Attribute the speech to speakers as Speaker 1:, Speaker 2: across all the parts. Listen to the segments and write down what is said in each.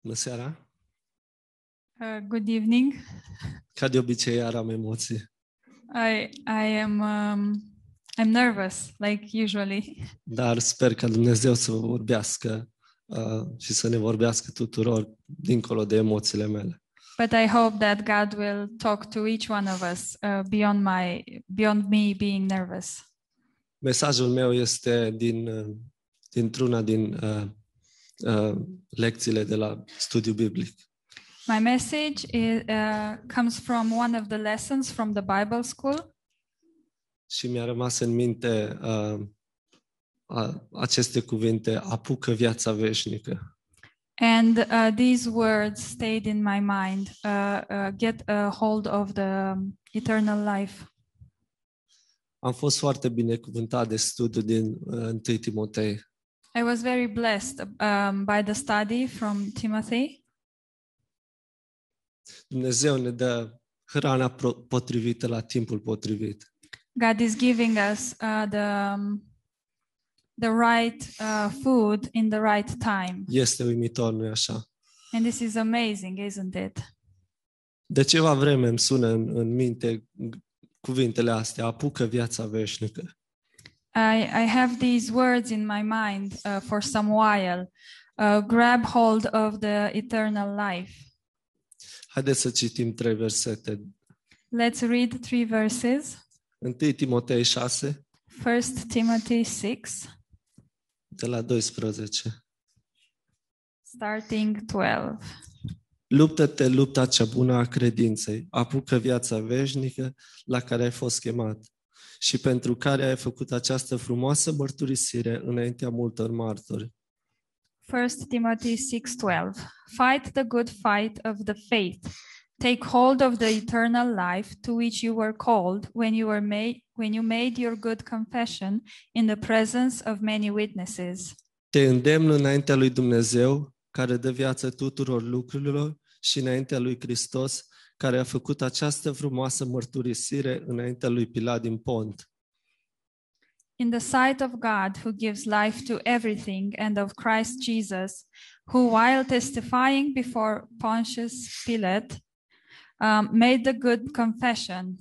Speaker 1: Bună seara!
Speaker 2: Uh, good evening.
Speaker 1: Ca de obicei, iar am emoții.
Speaker 2: I I am um, I'm nervous like usually.
Speaker 1: Dar sper ca Dumnezeu să vă vorbească uh, și să ne vorbească tuturor dincolo de emoțiile mele.
Speaker 2: But I hope that God will talk to each one of us uh, beyond my beyond me being nervous.
Speaker 1: Mesajul meu este din, uh, dintr-una din uh, uh, lecțiile de la studiu biblic.
Speaker 2: My message is, uh, comes from one of the lessons from the Bible school,
Speaker 1: Și mi-a rămas în minte uh, a, aceste cuvinte, apucă viața veșnică.
Speaker 2: and uh, these words stayed in my mind. Uh, uh, get a hold of the um, eternal life.
Speaker 1: Am fost foarte binecuvântat de studiu din uh, 1 Timotei.
Speaker 2: I was very blessed um, by the study from Timothy.
Speaker 1: Dumnezeu ne dă hrana pro- potrivită la timpul potrivit.
Speaker 2: God is giving us uh, the um, the right uh, food in the right time,
Speaker 1: Este uimitor, nu-i așa?
Speaker 2: and this is amazing, isn't it?
Speaker 1: De ceva vreme îmi sună în, în minte cuvintele astea, apucă viața veșnică.
Speaker 2: I, I have these words in my mind uh, for some while. Uh, grab hold of the eternal life.
Speaker 1: Haideți să citim trei versete.
Speaker 2: Let's read three verses.
Speaker 1: 1 Timotei 6,
Speaker 2: First Timothy 6,
Speaker 1: de la 12.
Speaker 2: starting 12.
Speaker 1: Luptă-te lupta cea bună a credinței, apucă viața veșnică la care ai fost chemat și pentru care ai făcut această frumoasă mărturisire înaintea multor martori.
Speaker 2: First Timothy 6:12 Fight the good fight of the faith. Take hold of the eternal life to which you were called when you were made when you made your good confession in the presence of many witnesses.
Speaker 1: Te îndemn înaintea lui Dumnezeu, care dă viață tuturor lucrurilor, și înaintea lui Hristos, care a făcut această frumoasă mărturisire înaintea lui Pilat din Pont.
Speaker 2: In the sight of God, who gives life to everything, and of Christ Jesus, who, while testifying before Pontius Pilate, um, made the good confession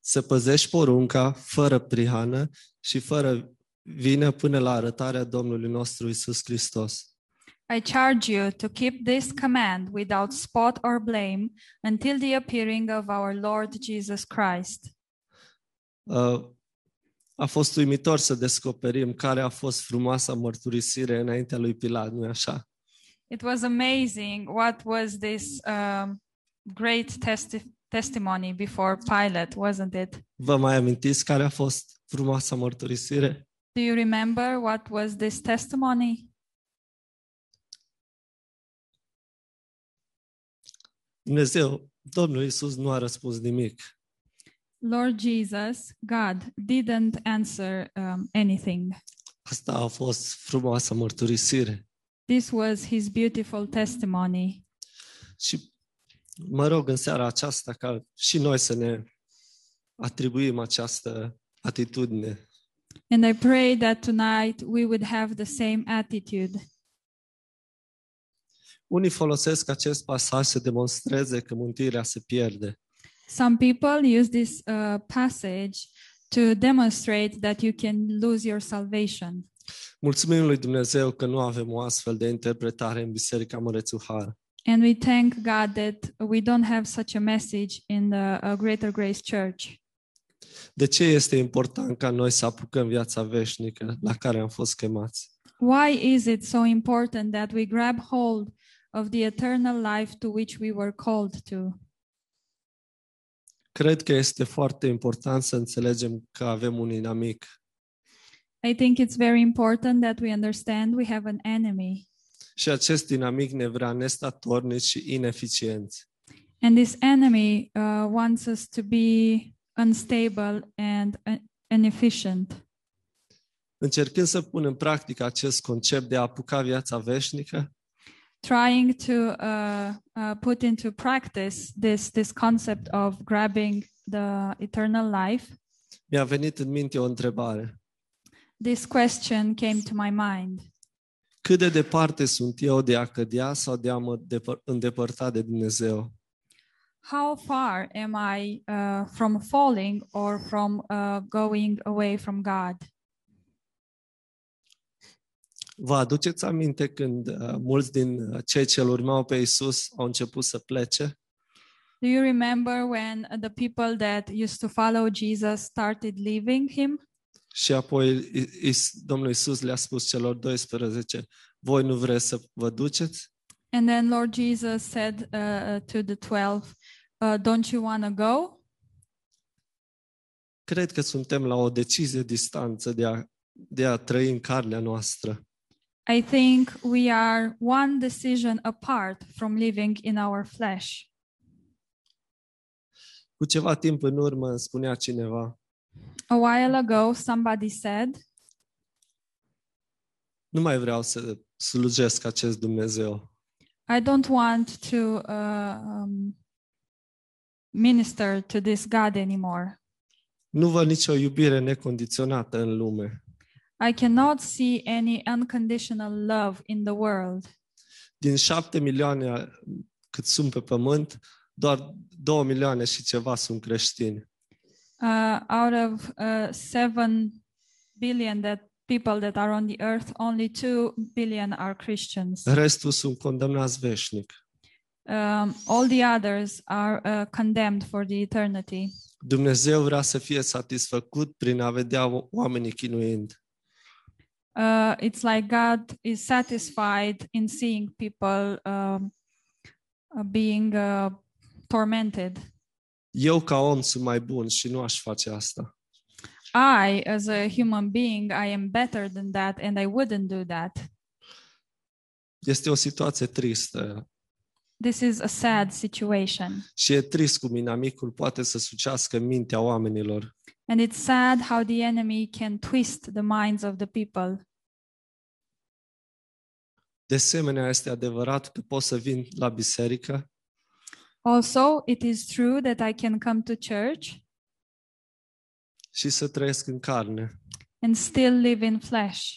Speaker 1: Să păzești porunca fără prihană și fără vină până la arătarea Domnului nostru Isus Hristos.
Speaker 2: I charge you to keep this command without spot or blame until the appearing of our Lord Jesus Christ.
Speaker 1: Uh, A fost uimitor să descoperim care a fost frumoasa mărturisire înaintea lui Pilat, nu-i așa?
Speaker 2: It was amazing what was this um, great testi- testimony before Pilate, wasn't it?
Speaker 1: Vă mai amintiți care a fost frumoasa mărturisire?
Speaker 2: Do you remember what was this testimony?
Speaker 1: Dumnezeu, Domnul Iisus nu a răspuns nimic.
Speaker 2: Lord Jesus, God didn't answer um, anything.
Speaker 1: Asta a fost frumoasă mărturisire.
Speaker 2: This was his beautiful testimony.
Speaker 1: Și mă rog în seara aceasta ca și noi să ne atribuim această atitudine.
Speaker 2: And I pray that tonight we would have the same attitude.
Speaker 1: Unii folosesc acest pasaj să demonstreze că mântuirea se pierde.
Speaker 2: Some people use this uh, passage to demonstrate that you can lose your salvation.
Speaker 1: Mulțumim lui Dumnezeu că nu avem o astfel de interpretare în Biserica Mărețu Har.
Speaker 2: And we thank God that we don't have such a message in the uh, Greater Grace Church.
Speaker 1: De ce este important ca noi să apucăm viața veșnică la care am fost chemați?
Speaker 2: Why is it so important that we grab hold of the eternal life to which we were called to?
Speaker 1: Cred că este foarte important să înțelegem că avem un inamic.
Speaker 2: I think it's very important that we understand we have an enemy.
Speaker 1: Și acest dinamic ne vrea nestatornici și ineficienți.
Speaker 2: And this enemy uh, wants us to be unstable and uh, inefficient.
Speaker 1: Încercând să pun în practică acest concept de a apuca viața veșnică,
Speaker 2: trying to uh, uh, put into practice this this concept of grabbing the eternal life,
Speaker 1: mi-a venit în minte o întrebare.
Speaker 2: this question came to my mind.
Speaker 1: Cât de departe sunt eu de a cădea sau de a mă depăr- îndepărta de Dumnezeu?
Speaker 2: How far am I uh, from falling or from uh, going away from God?
Speaker 1: Vă aduceți aminte când uh, mulți din uh, cei ce urmau pe Isus au început să plece?
Speaker 2: Do you remember when uh, the people that used to follow Jesus started leaving him?
Speaker 1: Și apoi I- Is- Domnul Isus le-a spus celor 12, voi nu vreți să vă duceți?
Speaker 2: And then Lord Jesus said uh, uh, to the 12, uh, Don't you want to go?
Speaker 1: Cred că suntem la o decizie distanță de a, de a trăi în carnea noastră.
Speaker 2: I think we are one decision apart from living in our flesh.
Speaker 1: Cu ceva timp în urmă îmi spunea cineva,
Speaker 2: A while ago, somebody said,
Speaker 1: nu mai vreau să slujesc acest Dumnezeu.
Speaker 2: I don't want to uh, um, minister to this God anymore.
Speaker 1: Nu văd nicio iubire necondiționată în lume.
Speaker 2: I cannot see any unconditional love in the world.
Speaker 1: Din șapte milioane a- cât sunt pe pământ, doar două milioane și ceva sunt creștini.
Speaker 2: Uh, out of uh, 7 billion that people that are on the earth, only 2 billion are Christians.
Speaker 1: Restul sunt condamnați veșnic.
Speaker 2: Um, all the others are uh, condemned for the eternity.
Speaker 1: Dumnezeu vrea să fie satisfăcut prin a vedea o- oamenii chinuind.
Speaker 2: Uh, it's like God is satisfied in seeing people um, uh, being uh, tormented.
Speaker 1: Eu ca om sunt mai bun și nu aș face asta.
Speaker 2: I, as a human being, I am better than that, and I wouldn't do that.
Speaker 1: Este o situație tristă
Speaker 2: This is a sad situation.
Speaker 1: și e trist cum inamicul poate să sucească mintea oamenilor.
Speaker 2: And it's sad how the enemy can twist the minds of the people.
Speaker 1: De asemenea, este adevărat că pot să vin la biserică,
Speaker 2: Also, it is true that I can come to church
Speaker 1: și să trăiesc în carne,
Speaker 2: and still live in flesh.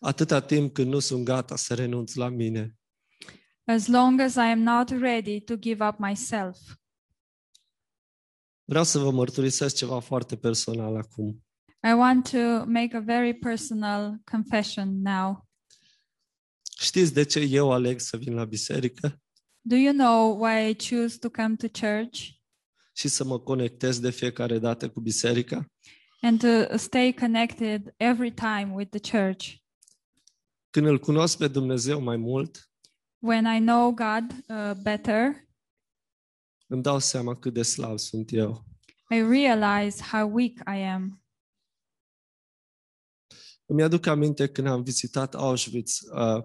Speaker 1: atâta timp când nu sunt gata să renunț la mine.
Speaker 2: as long as I am not ready to give up myself.
Speaker 1: Vreau să vă mărturisesc ceva foarte personal acum.
Speaker 2: I want to make a very personal confession now.
Speaker 1: Știți de ce eu aleg să vin la biserică
Speaker 2: Do you know why I choose to come to church
Speaker 1: și să mă conectez de fiecare dată cu biserica?
Speaker 2: and to stay connected every time with the church?
Speaker 1: Când îl cunosc pe Dumnezeu mai mult,
Speaker 2: When I know God uh, better,
Speaker 1: îmi dau seama cât de slab sunt eu.
Speaker 2: I realize how weak I am.
Speaker 1: Îmi aduc aminte când am vizitat Auschwitz uh,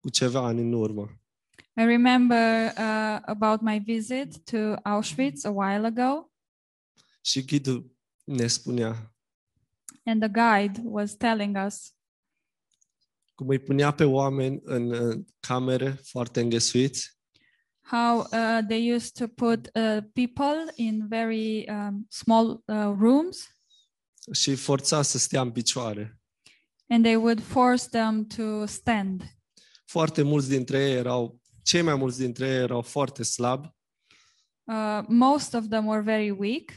Speaker 1: cu ceva ani în urmă.
Speaker 2: I remember uh, about my visit to Auschwitz a while ago,
Speaker 1: Și ghidul ne spunea,
Speaker 2: and the guide was telling us
Speaker 1: cum îi punea pe oameni în uh, camere foarte înghesuiți
Speaker 2: how uh, they used to put uh, people in very um, small uh, rooms
Speaker 1: și îi forța să stea în picioare.
Speaker 2: and they would force them to stand.
Speaker 1: Foarte mulți dintre ei erau, cei mai mulți dintre ei erau foarte slabi
Speaker 2: Uh, most of them were very weak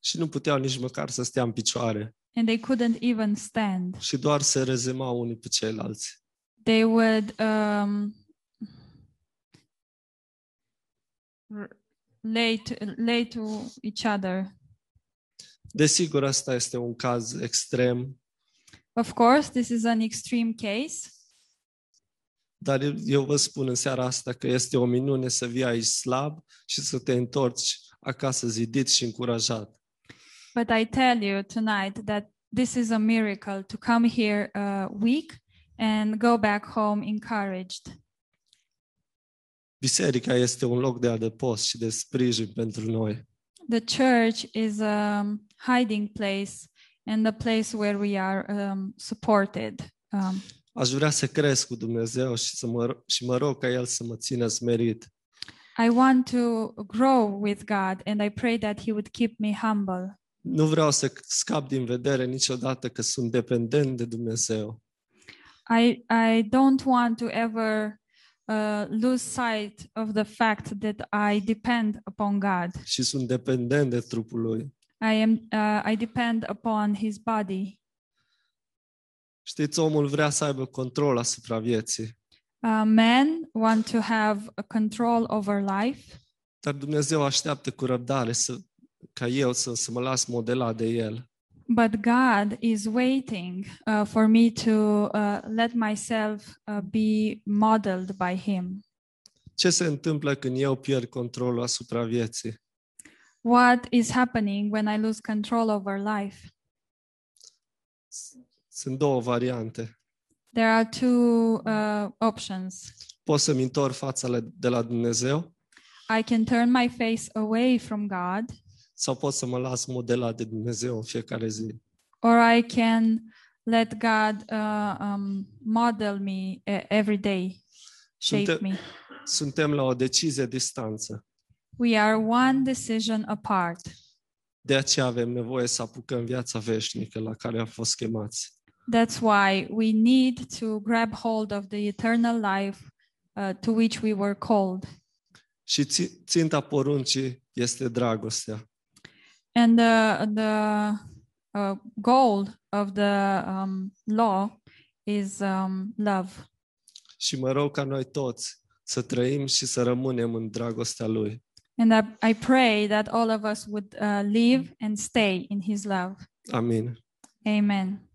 Speaker 1: și nu puteau nici măcar să stea în picioare
Speaker 2: and they couldn't even stand.
Speaker 1: și doar se rezemau unii pe ceilalți.
Speaker 2: They would um, r- lay, to, lay to each other.
Speaker 1: Desigur, asta este un caz extrem
Speaker 2: Of course, this is an extreme case,
Speaker 1: Dar eu- eu vă spun în seara asta că este o minune să vii aici slab și să te întorci acasă zidit și încurajat.
Speaker 2: but I tell you tonight that this is a miracle to come here uh, weak and go back home encouraged.
Speaker 1: Biserica este un loc de adăpost și de sprijin pentru noi.
Speaker 2: The church is a um, hiding place and a place where we are um, supported. Um,
Speaker 1: Aș vrea să cresc cu Dumnezeu și, să mă, ro- și mă rog ca El să mă țină smerit.
Speaker 2: I want to grow with God and I pray that He would keep me humble.
Speaker 1: Nu vreau să scap din vedere niciodată că sunt dependent de Dumnezeu.
Speaker 2: I I don't want to ever uh, lose sight of the fact that I depend upon God.
Speaker 1: și sunt dependent de trupul lui.
Speaker 2: I am uh, I depend upon His body.
Speaker 1: Știți, omul vrea să aibă control asupra vieții,
Speaker 2: Uh, men want to have a control over life,
Speaker 1: dar Dumnezeu așteaptă cu răbdare să, ca eu să, să mă las modelat de el.
Speaker 2: but God is waiting uh, for me to uh, let myself uh, be modeled by Him.
Speaker 1: Ce se întâmplă când eu pierd controlul asupra vieții?
Speaker 2: What is happening when I lose control over life?
Speaker 1: Sunt două variante.
Speaker 2: There are two uh, options.
Speaker 1: Pot să-mi întorc fața la- de la Dumnezeu
Speaker 2: I can turn my face away from God,
Speaker 1: sau pot să mă las modelat de Dumnezeu în fiecare zi.
Speaker 2: or I can let God uh, um, model me uh, every day, shape
Speaker 1: Sunte-
Speaker 2: me.
Speaker 1: Suntem la o decizie distanță.
Speaker 2: We are one decision apart.
Speaker 1: De aceea avem nevoie să apucăm viața veșnică la care am fost chemați.
Speaker 2: That's why we need to grab hold of the eternal life uh, to which we were called.
Speaker 1: Și ți- ținta poruncii este dragostea.
Speaker 2: And the, the uh, goal of the um, law is um, love.
Speaker 1: Și mă rog ca noi toți să trăim și să rămânem în dragostea Lui.
Speaker 2: And I, I pray that all of us would uh, live and stay in His love.
Speaker 1: Amin.
Speaker 2: Amen.